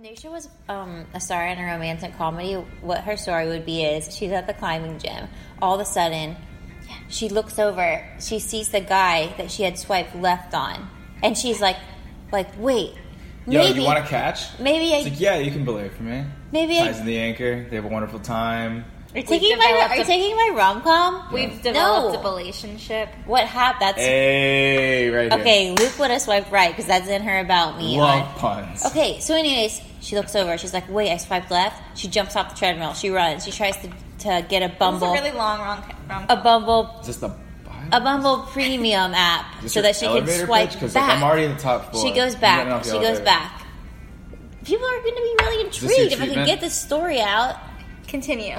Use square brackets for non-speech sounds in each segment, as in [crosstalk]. Nisha was um, a star in a romantic comedy. What her story would be is she's at the climbing gym. All of a sudden, she looks over. She sees the guy that she had swiped left on, and she's like, "Like wait, Yo, maybe you want to catch? maybe It's I like, yeah, you can believe for me. Maybe I- Ties in the anchor. They have a wonderful time. are you taking my developed are you a- taking my rom com? We've developed No. a relationship. What happened? That's Eh, Hey, right here. okay. Luke would have swiped right because that's in her about me. on- Love puns. Okay, so anyways, she looks over. She's like, "Wait, I swiped left." She jumps off the treadmill. She runs. She tries to, to get a It's a Bumble, Uh, really long rom- rom- a Bumble, Is this the a Bumble [laughs] Premium app, Is this so your that she can elevator swipe pitch? 'Cause, like, back. I'm already in the top floor. she goes I'm getting back. off the She goes elevator. back. People are going to be really this your intrigued if I can treatment? get this story out. Continue.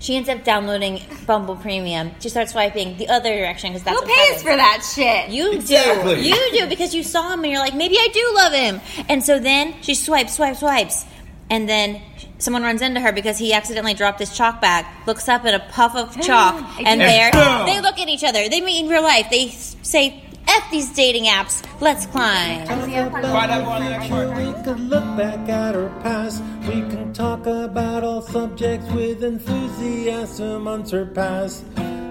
She ends up downloading Bumble Premium. She starts swiping the other direction because that's Who what happens. pays for that shit? You Exactly. do. You do because you saw him and you're like, maybe I do love him. And so then she swipes, swipes, swipes. And then someone runs into her because he accidentally dropped his chalk bag, looks up at a puff of chalk, and And there boom. they look at each other. They meet in real life. They s- say, F these dating apps, let's climb. Find out more on the next part. We could look back at our past. We can talk about all subjects with enthusiasm unsurpassed.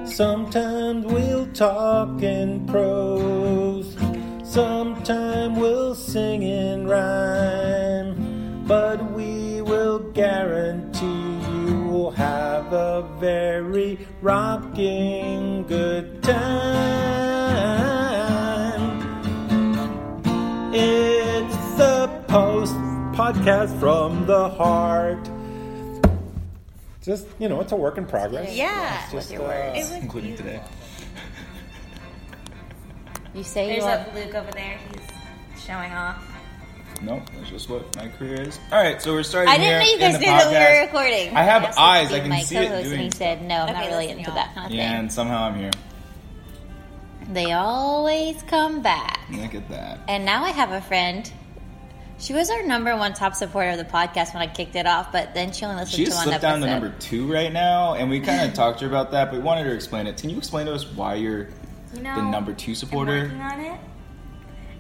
Sometimes we'll talk in prose. Sometimes we'll sing in rhyme. But we will guarantee you will have a very rocking good time. It's the post podcast from the heart. Just you know, it's a work in progress. Yeah. Just, uh, Including today. You say you There's love. that Luke over there. He's showing off. Nope, that's just what my career is. All right, so we're starting. I didn't know here you guys in the knew that we podcast. were recording. I have asked this eyes. to I be can my see it co-host, And he doing- said, "No, I'm Okay, not really listen, into y'all. that kind of Yeah, thing." and somehow I'm here. They always come back. Look at that. And now I have a friend. She was our number one top supporter of the podcast when I kicked it off, but then she only listened She to just one slipped episode. down to number two right now, and we kind [laughs] of talked to her about that, but we wanted her to explain it. Can you explain to us why you're You know, the number two I'm supporter? working on it.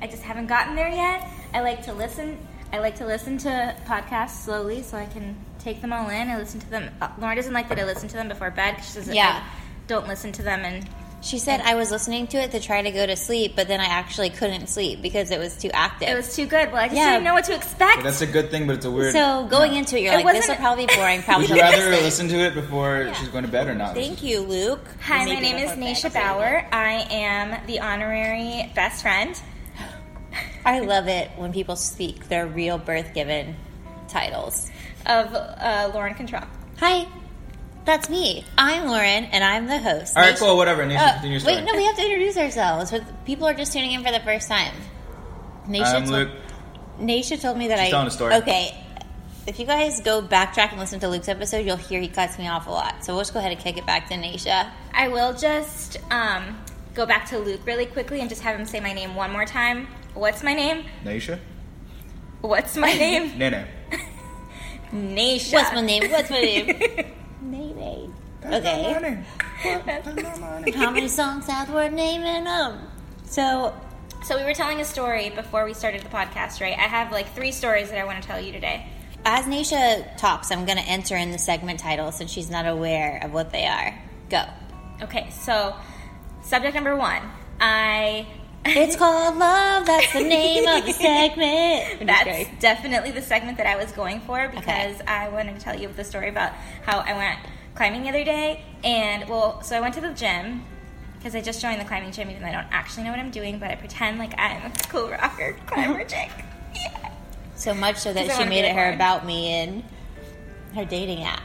I just haven't gotten there yet. I like to listen. I like to listen to podcasts slowly so I can take them all in. I listen to them. uh, Lauren doesn't like that I listen to them before bed 'cause she says that Yeah. I don't listen to them and She said I was listening to it to try to go to sleep, but then I actually couldn't sleep because it was too active. it was too good. Well, I just Yeah. didn't know what to expect. But that's a good thing, but it's a weird. so going into it, you're It like, this will wasn't- probably be boring. Probably [laughs] would you don't rather sleep." listen to it before she's going to bed or [laughs] not? Thank you, Luke. Hi, my Maybe name is before bed. Naisha Bauer. I am the honorary best friend. I love it when people speak their real birth given titles. of uh, Lauren Control. Hi, that's me. I'm Lauren, and I'm the host. All right, Naisha- cool, whatever. Nisha, Uh, continue your story. wait, no, we have to introduce ourselves. But people are just tuning in for the first time. Naisha, I'm told, Um, Luke. Naisha told me that She's I telling a story. Okay, if you guys go backtrack and listen to Luke's episode, you'll hear he cuts me off a lot. So we'll just go ahead and kick it back to Naisha. I will just um, go back to Luke really quickly and just have him say my name one more time. What's my name? Naisha? [laughs] What's my name? Nene. Naisha. What's my name? What's my name? Nay, nay. Okay. [laughs] Comedy songs out the word name in 'em. So [laughs] so we were telling a story before we started the podcast, right? I have like three stories that I want to tell you today. as Naisha talks, I'm going to enter in the segment title since she's not aware of what they are. Go. Okay, so subject number one. I. It's called love. That's the name of the segment. That's definitely the segment that I was going for because I wanted to tell you the story about how I went climbing the other day. And well, so I went to the gym because I just joined the climbing gym, even though I don't actually know what I'm doing, but I pretend like I'm a cool rocker climber chick. Yeah. so much so that Because I she wanna made be it her like about me in her dating [laughs] app.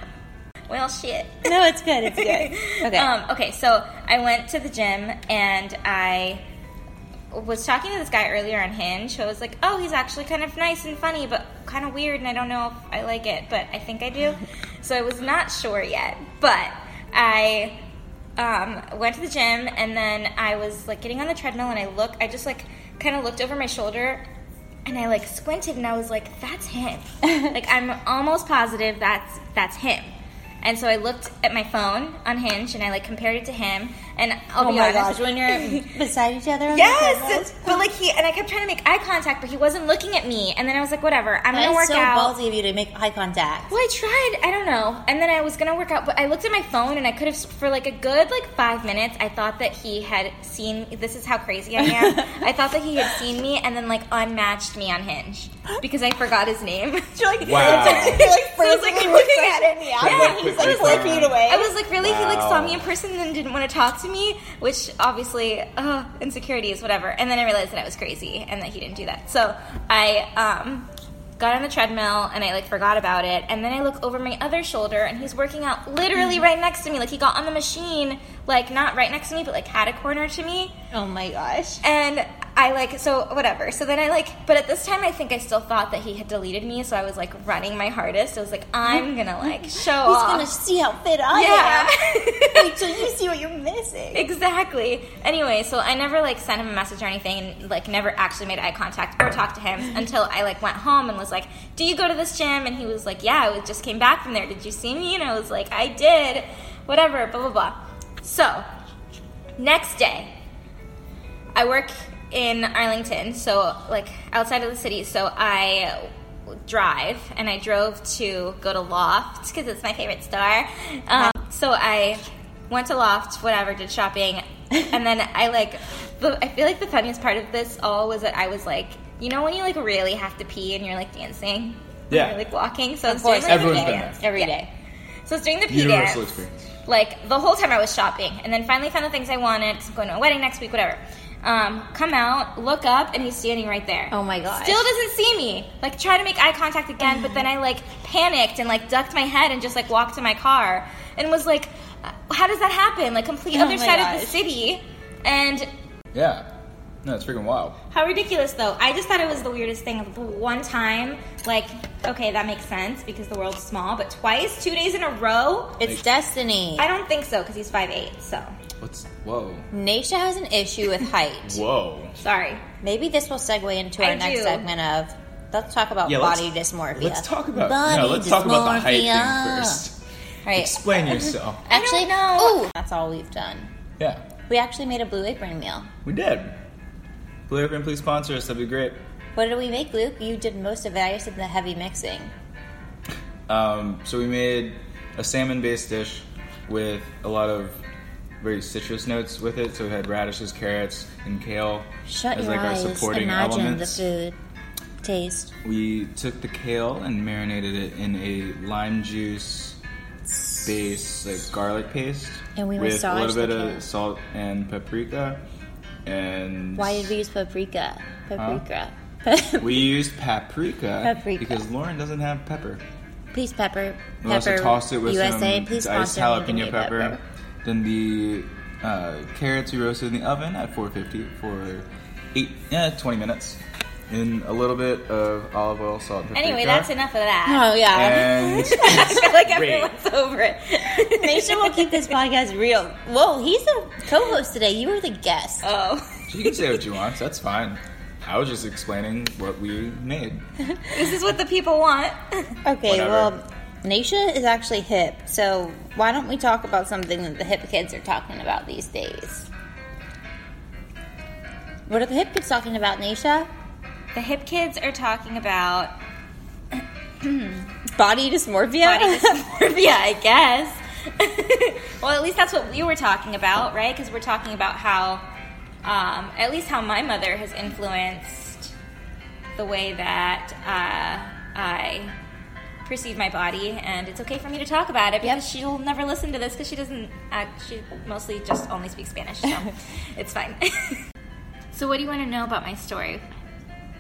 Well, shit. [laughs] No, it's good. It's good. [laughs] Okay. Um, okay, so I went to the gym and I was talking to this guy earlier on Hinge. I was like, oh, he's actually kind of nice and funny, but kind of weird, and I don't know if I like it, but I think I do. [laughs] so I was not sure yet, but I um, went to the gym and then I was like getting on the treadmill and I look, I just like kind of looked over my shoulder and I like squinted and I was like, [laughs] that's him. like I'm almost positive that's that's him. And so I looked at my phone on Hinge and I like compared it to him And I'll Oh be my gosh, honest, when [laughs] [laughs] you're beside each other. On The Yes, treadmills. but like he and I kept trying to make eye contact, but he wasn't looking at me. And then I was like, whatever, I'm That gonna is work so out. ballsy of you to make eye contact. [laughs] Well, I tried. I don't know. And then I was gonna work out, but I looked at my phone and I could have for like a good like five minutes. I thought that he had seen. This is how crazy [laughs] I am. I thought that he had seen me and then like unmatched me on Hinge because I forgot [laughs] his name. Wow. like So I was [laughs] like looking at it. [laughs] Yeah, he's like five feet away. I was like, really? He like saw Wow. me in person and didn't want to talk to me, which obviously uh, insecurities, whatever. And then I realized that I was crazy and that he didn't do that. So I um, got on the treadmill and I like forgot about it. And then I look over my other shoulder and he's working out Mm-hmm. literally right next to me. Like he got on the machine, like not right next to me, but like had a corner to me. Oh my gosh. And I like so whatever. So then I like, but at this time I think I still thought that he had deleted me. So I was like running my hardest. I was like, I'm gonna [laughs] like show He's off. gonna see how fit I yeah. [laughs] am. [laughs] Wait till you see what you're missing. Exactly. Anyway, so I never like sent him a message or anything, and like never actually made eye contact or talked to him until I like went home and was like, "Do you go to this gym?" And he was like, "Yeah, I was- just came back from there. Did you see me?" And I was like, "I did." Whatever. Blah blah blah. So next day, I work in Arlington, so like outside of the city. So I drive, and I drove to go to Loft because it's my favorite store. Um, so I went to Loft, whatever, did shopping, and then I like. The, I feel like the funniest part of this all was that I was like, you know, when you like really have to pee and you're like dancing, Yeah. you're, like walking. So it's course. doing like, the Everyone's pee been dance Every Yeah. day. So I was doing the pee Universal dance. experience. Like the whole time I was shopping, and then finally found the things I wanted. 'cause I'm going to a wedding next week, whatever. Um, come out, look up, and he's standing right there. Oh my gosh. Still doesn't see me. Like try to make eye contact again, but then I like panicked and like ducked my head and just like walked to my car and was like, "Uh, "How does that happen? Like complete Oh other my side of the gosh. city." And Yeah. No, it's freaking wild. how ridiculous though. I just thought it was the weirdest thing. The One time, like, okay, that makes sense because the world's small, but twice, two days in a row, It's destiny. I don't think so because he's 5'8, so What's whoa? Nisha has an issue with height. Whoa. sorry. Maybe this will segue into our I next do. segment of let's talk about Yeah, let's- body dysmorphia. Let's talk about body no, let's talk about the height dysmorphia. thing first. Right. Explain yourself. actually, I don't Ooh, that's all we've done. Yeah. We actually made a blue apron meal. We did. Blue Apron, please sponsor us. That'd be great. What did we make, Luke? You did most of it. I just did the heavy mixing. Um, so we made a salmon-based dish with a lot of very citrus notes with it. So we had radishes, carrots, and kale Shut as your like eyes. our supporting Imagine elements. the food. Taste. We took the kale and marinated it in a lime juice base, like garlic paste, And we with a massaged little bit the kale. of salt and paprika. And Why did we use paprika? Paprika. [laughs] We used paprika, Paprika. because Lauren doesn't have pepper. please pepper. We also Pepper tossed it with USA. some please diced sponsor me with a jalapeno new pepper. Then the uh, carrots we roasted in the oven at 450 for eight, eh, 20 minutes. And a little bit of olive oil, salt, and paprika. Anyway, that's enough of that. [laughs] Oh yeah. And [laughs] I feel like Great. everyone's over it. [laughs] Nation will keep this podcast real. Whoa, he's the co-host today. You were the guest. oh. you can say what you want. That's fine. I was just explaining what we made. This is what the people want. [laughs] Okay, Whatever. well, Nisha is actually hip, so why don't we talk about something that the hip kids are talking about these days? What are the hip kids talking about, Nisha? The hip kids are talking about Body dysmorphia? body [laughs] dysmorphia, I guess. [laughs] well, at least that's what we were talking about, right? Because we're talking about how, um, at least how my mother has influenced the way that uh, I perceive my body, and it's okay for me to talk about it because she'll never listen to this because she doesn't. Act, she mostly just only speaks Spanish, so it's fine. [laughs] so, what do you want to know about my story?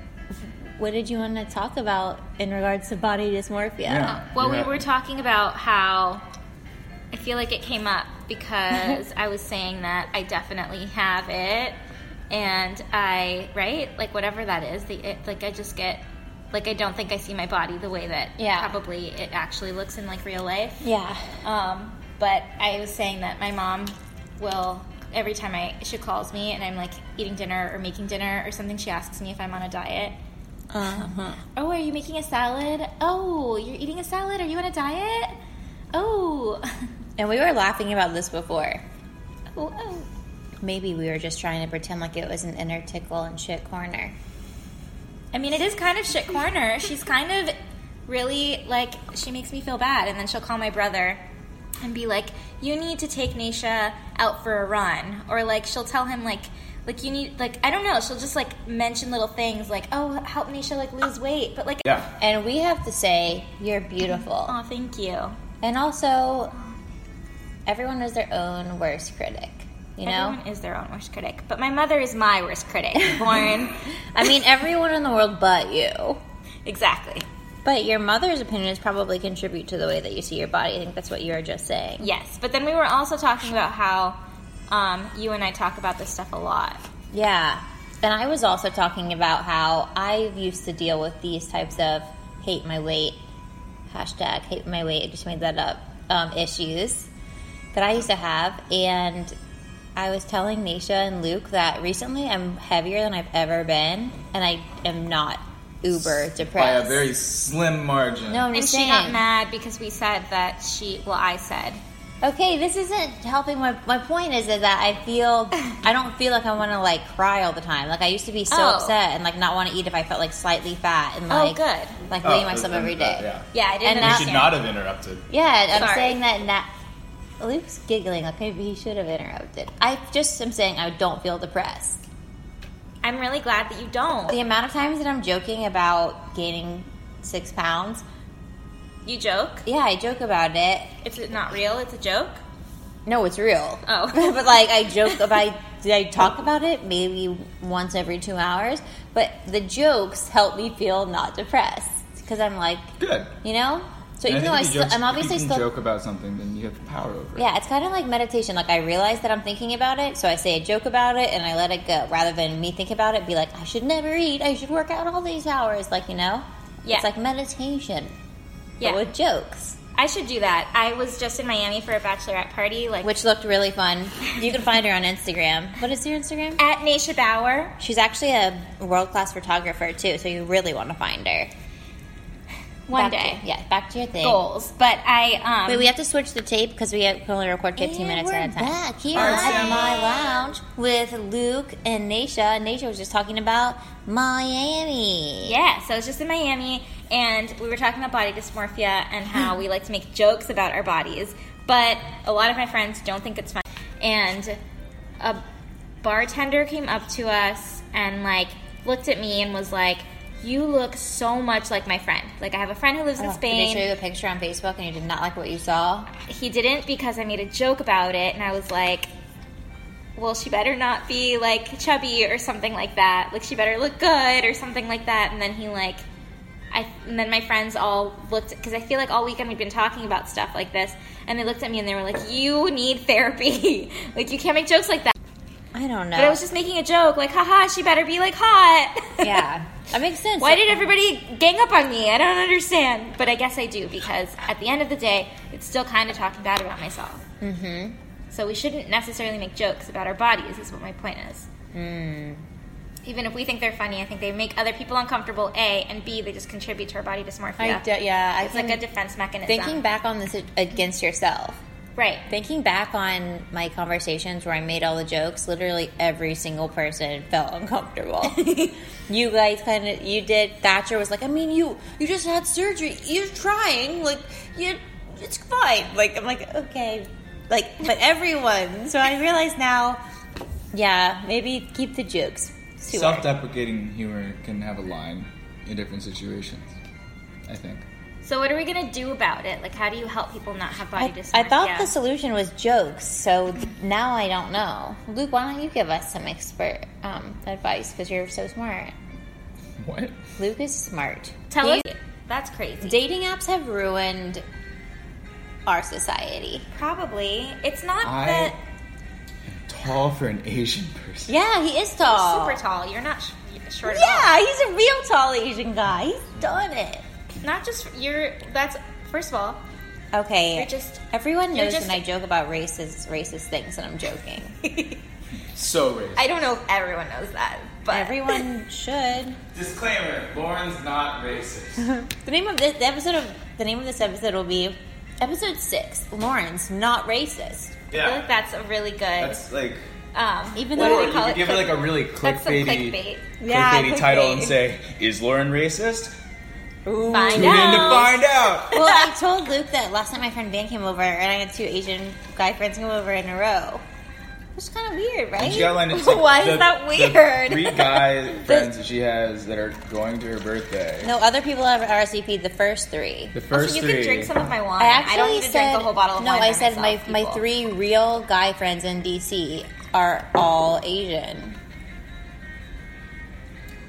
[laughs] what did you want to talk about in regards to body dysmorphia? Yeah. Well, Yeah. we were talking about how I feel like it came up [laughs] because I was saying that I definitely have it, and I right like whatever that is, the it, like I just get like I don't think I see my body the way that Yeah. probably it actually looks in like real life. Yeah. Um, but I was saying that my mom will every time I she calls me and I'm like eating dinner or making dinner or something, she asks me if I'm on a diet. Uh-huh. Oh, are you making a salad? Oh, you're eating a salad? Are you on a diet? Oh. And we were laughing about this before. Ooh, ooh. Maybe we were just trying to pretend like it was an inner tickle and shit corner. I mean, it is kind of shit corner. She's kind of really like she makes me feel bad, and then she'll call my brother and be like, "You need to take Nisha out for a run," or like she'll tell him like. Like you need, like I don't know. She'll just like mention little things, like "Oh, help Nisha like lose weight," but like, Yeah. And we have to say, you're beautiful. oh, thank you. And also, everyone is their own worst critic, you know? Everyone is their own worst critic, but my mother is my worst [laughs] critic. Born, I mean, everyone in the world but you. exactly. But your mother's opinions probably contribute to the way that you see your body. I think that's what you were just saying. Yes, but then we were also talking about how um, you and I talk about this stuff a lot. Yeah. And I was also talking about how I used to deal with these types of hate my weight, hashtag hate my weight, I just made that up, um, issues that I used to have. And I was telling Nisha and Luke that recently I'm heavier than I've ever been, and I am not uber depressed. By a very slim margin. no, I'm And just she saying. got mad because we said that she, well, I said, Okay, this isn't helping. My my point is that I [laughs] feel I don't feel like I want to like cry all the time. Like I used to be so Oh. upset and like not want to eat if I felt like slightly fat and Oh, like good. like Oh, weigh myself uh, every uh, day. yeah. yeah, I And didn't. now- You ask should you. not have interrupted. Yeah, I'm Sorry. saying that now. Luke's giggling like maybe he should have interrupted. I just am saying I don't feel depressed. I'm really glad that you don't. The amount of times that I'm joking about gaining six pounds, You joke. yeah, I joke about it. It's not real. It's a joke. No, it's real. Oh. [laughs] but like I joke about did I talk about it maybe once every 2 hours, but the jokes help me feel not depressed cuz I'm like, Good. you know? So And even though think I if you still, joke- I'm obviously if you can still joke about something, then you have the power over it. Yeah, it's kind of like meditation. Like I realize that I'm thinking about it, so I say a joke about it and I let it go rather than me think about it be like I should never eat. I should work out all these hours like, you know? Yeah. It's like meditation. Yeah. But with jokes, I should do that. I was just in Miami for a bachelorette party, like which looked really fun. You can find her on Instagram. What is your Instagram? at Nisha Bauer. She's actually a world class photographer too, so you really want to find her. One Back day. to- yeah. Back to your thing. Goals, but I um, Wait, we have to switch the tape because we have- can only record 15 And minutes we're at a time. back here Awesome. at my lounge with Luke and Nasha. Nasha was just talking about Miami. Yeah, so I was just in Miami, and we were talking about body dysmorphia and how we like to make jokes about our bodies, but a lot of my friends don't think it's fun. And a bartender came up to us and like looked at me and was like, "You look so much like my friend. Like I have a friend who lives in Oh, Spain. Did they show you a picture on Facebook and you did not like what you saw? he didn't because I made a joke about it, and I was like." Well, she better not be like chubby or something like that. Like she better look good or something like that. And then he like I, and then my friends all looked because I feel like all weekend we've been talking about stuff like this, and they looked at me and they were like, "You need therapy. [laughs] like you can't make jokes like that." I don't know. But I was just making a joke, like, "Haha, she better be like hot." [laughs] yeah, that makes sense. Why did everybody gang up on me? I don't understand. But I guess I do because at the end of the day, it's still kind of talking bad about myself. Mm-hmm. So we shouldn't necessarily make jokes about our bodies. Is what my point is. Hmm. Even if we think they're funny, I think they make other people uncomfortable. A and B, they just contribute to our body dysmorphia. I do, yeah, I It's like a can- defense mechanism. thinking back on this against yourself. Right. Thinking back on my conversations where I made all the jokes, literally every single person felt uncomfortable. you guys kind of, you did. Thatcher was like, "I mean, you you just had surgery. You're trying. Like, you it's fine." Like, I'm like, okay, like, but everyone. So I realize now, yeah, maybe keep the jokes. to our- Self-deprecating humor can have a line in different situations. I think. So what are we gonna do about it? Like, how do you help people not have body I, dysmorphia? I thought the solution was jokes, so now I don't know. Luke, why don't you give us some expert um, advice because you're so smart. What? Luke is smart. Tell These us. That's crazy. dating apps have ruined our society. Probably. It's not I- that Tall for an Asian person. Yeah, he is tall. super tall. You're not sh- short at all. Yeah, he's a real tall Asian guy. He's done it. Not just you're. That's first of all. Okay. You're just- everyone you're knows just- when I joke about racist racist things and I'm joking. So racist. I don't know if everyone knows that, [laughs] but everyone should. Disclaimer: Lauren's not racist. The name of this the episode of the name of this episode will be Episode six, Lauren's not racist. I feel like that's a really good. That's like. [laughs] um, Even even though though we Or they you call could it give it like a really That's some clickbaity, clickbait. Yeah, clickbaity title clickbait. and say, "Is Lauren racist?" Ooh, Find tune in to out. find out. Well, [laughs] I told Luke that last night my friend Van came over and I had two Asian guy friends come over in a row. Which is kind of weird, right? She got lined [laughs] up, it's like Why is the- that the weird? [laughs] three guy [laughs] friends that she has that are going to her birthday. no, other people have RSVP'd the first three. The first also, you three. could drink some of my wine. I actually don't need to said, drink the whole bottle of no, wine. I by said myself, my, my people. three real guy friends in DC are all Asian.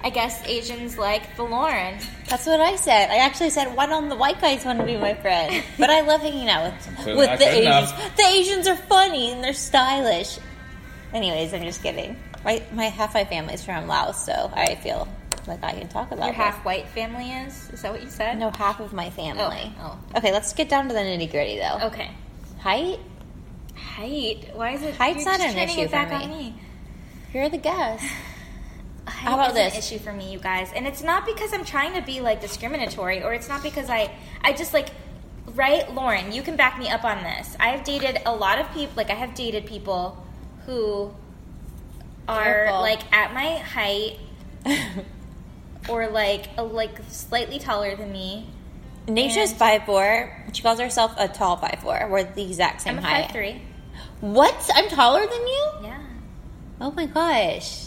I guess Asians like the Lauren. That's what I said. I actually said, why don't the white guys want to be my [laughs] friend? But I love hanging out with, Clearly with not the good Asians. enough. The Asians are funny and they're stylish. Anyways, I'm just kidding. My, my half my family's from Laos, so I feel like I can talk about Your this. half white family is? Is that what you said? No, half of my family. Oh, Okay, let's get down to the nitty gritty though. Okay. Height? Height. Why is it? Height's you're not an just turning issue it back for me. on me. You're the [laughs] guest. Height about is this? An issue for me, you guys, and it's not because I'm trying to be like discriminatory, or it's not because I, I just like, right, Lauren, you can back me up on this. I have dated a lot of people, like I have dated people who are Careful. like at [laughs] my height, or like a, like slightly taller than me. Nature's And- five four. She calls herself a tall five four. We're the exact same I'm a height. five three. What? I'm taller than you? Yeah, Oh my gosh.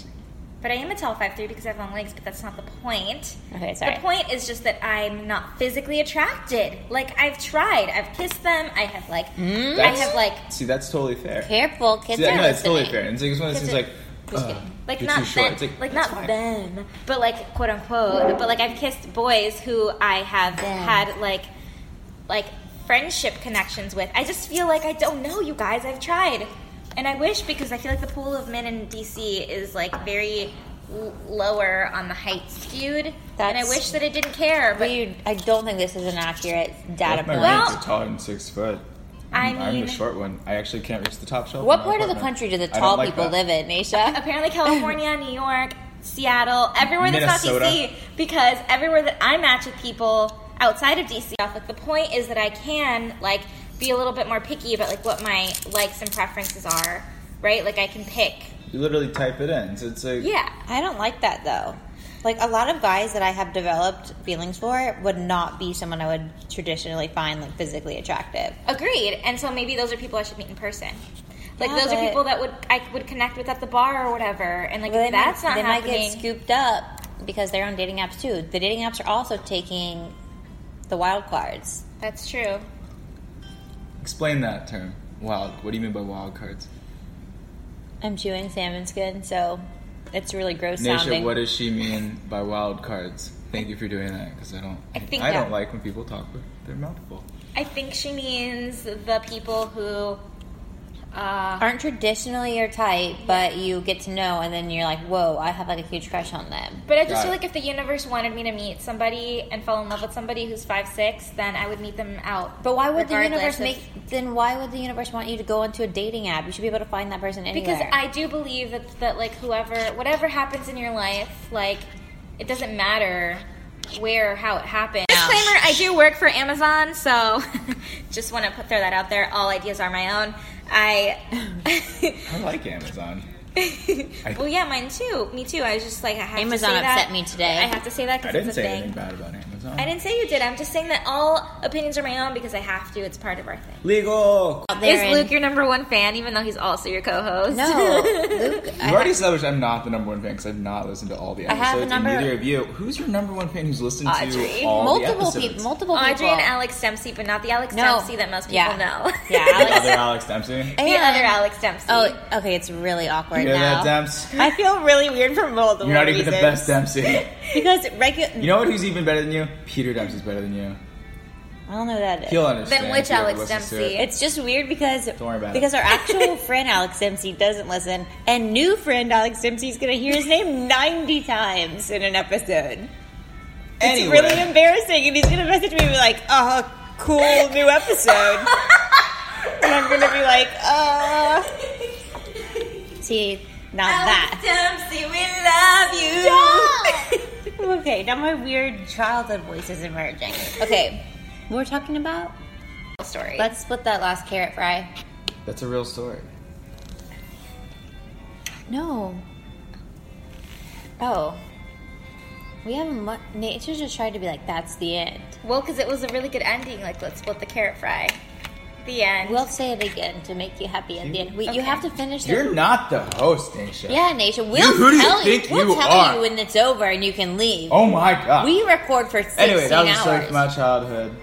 but I am a tall five three because I have long legs. But that's not the point. Okay, sorry. The point is just that I'm not physically attracted. Like I've tried, I've kissed them. I have like, I Mm. That's- have like, See, that's totally fair. Careful, kids See, I are know that's totally listening. fair. And it's like it's one of those Kids things are- like, Just "Ugh, kidding. like Uh, you're not too short. them, It's like, like not them, but like quote unquote. But like I've kissed boys who I have Them. had like, like friendship connections with. I just feel like I don't know you guys. I've tried, and I wish because I feel like the pool of men in DC is like very l- lower on the height skewed, and I That's wish that it didn't care. But Dude, I don't think this is an accurate data Both my point. Well- roommates are taller than six foot. I I'm mean- the short one. I actually can't reach the top shelf. what in my part of the apartment. country do the I don't tall like people that. live in, [laughs] Nisha? apparently California, New York, Seattle, everywhere that's Minnesota. not DC, because everywhere that I match with people outside of DC, like the point is that I can like be a little bit more picky about like what my likes and preferences are, right? Like I can pick. You literally type it in. So it's like, Yeah. I don't like that though. Like a lot of guys that I have developed feelings for would not be someone I would traditionally find like physically attractive. Agreed. And so maybe those are people I should meet in person. Like Yeah, those but- are people that would I would connect with at the bar or whatever. And like But if that's might, not they happening. might get scooped up because they're on dating apps too. The dating apps are also taking the wild cards. that's true. explain that term. Wild. What do you mean by wild cards? I'm chewing salmon skin, so it's really gross Nisha, sounding. what does she mean by wild cards? Thank you for doing that because I don't. I think I don't that- like when people talk with their mouth full. I think she means the people who uh, aren't traditionally your type, but you get to know, and then you're like, whoa, I have like a huge crush on them. But I just Got feel it. like if the universe wanted me to meet somebody and fall in love with somebody who's five six, then I would meet them out. But why would the universe regardless of- make? Then why would the universe want you to go into a dating app? You should be able to find that person anywhere. Because I do believe that that like whoever, whatever happens in your life, like it doesn't matter where or how it happened. Disclaimer: I do work for Amazon, so [laughs] just want to put throw that out there. All ideas are my own. I. [laughs] [laughs] I like Amazon. well, yeah, mine too. Me too. I was just like, I have Amazon to say that. upset me today. I have to say that I because didn't it's a say thing. anything bad about Amazon. I didn't say you did. I'm just saying that all opinions are my own because I have to. It's part of our thing. Legal. Out there Is in- Luke your number one fan, even though he's also your [laughs] co-host? [laughs] no, Luke. I, [laughs] You already established I'm not the number one fan because I've not listened to all the I have episodes, a and number- Uh, neither of you. Who's your number one fan who's listened Audrey. to all the multiple episodes? people, multiple Audrey people. and Alex Dempsey, but not the Alex No. Dempsey that most people Yeah. know. [laughs] Yeah, The Alex- other Alex Dempsey. [laughs] the And- other Alex Dempsey. Oh, okay. It's really awkward You know now. that, Demps? I feel really weird for multiple You're not even the reasons. best Dempsey. because regular. You know what? Who's even better than you? Peter Dempsey's better than you. I don't know who that is. He'll understand. Then which if he ever Alex listens to Dempsey? it. It's just weird because worry about it. because [laughs] our actual friend Alex Dempsey doesn't listen, and new friend Alex Dempsey's gonna hear his name ninety times in an episode. Anyway, It's really embarrassing, and he's gonna message me and be like, "Oh, cool new episode," and I'm gonna be like, "Uh, see, not Alex that." Dempsey, we love you. [laughs] Okay, now my weird childhood voice is emerging. Okay, what we're talking about story. Let's split that last carrot fry. That's a real story. No. Oh. We haven't. Mu- Nature just tried to be like, that's the end. well, because it was a really good ending. Like, let's split the carrot fry. The end. We'll say it again to make you happy at the end. We, Okay. You have to finish the You're not the host, Nisha. Yeah, Nation. We'll who do you tell you. think we'll you tell are? you when it's over and you can leave. Oh my god. We record for sixteen anyway, that was hours. just like my childhood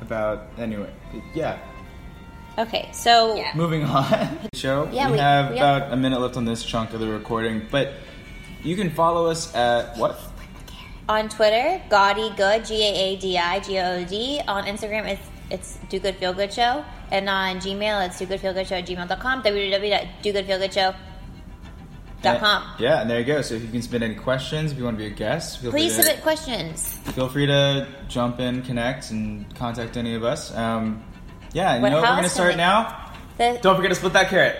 about. Anyway, yeah. okay, so Yeah. Moving on. [laughs] Show. Yeah, we, we- have we have- about a minute left on this chunk of the recording, but you can follow us at what? on Twitter, Gaudy Good, G A A D I G O O D. On Instagram, it's it's Do Good Feel Good Show, and on Gmail, it's Do Good Feel Good Show at gmail.com. www.dogoodfeelgoodshow.com. Yeah, and there you go. So if you can submit any questions, if you want to be a guest, feel Please free to, submit questions. Feel free to jump in, connect, and contact any of us. Um, yeah, and you What know what we're house gonna can start we- now. The- Don't forget to split that carrot.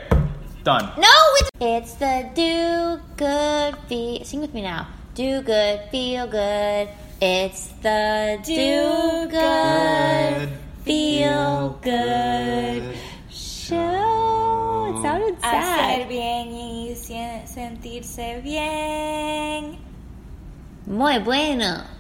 Done. No, it's it's the do good feel. Sing with me now. Do good, feel good. It's the do, good, feel good show. It sounded Hacer sad. bien y sen- sentirse bien. Muy bueno.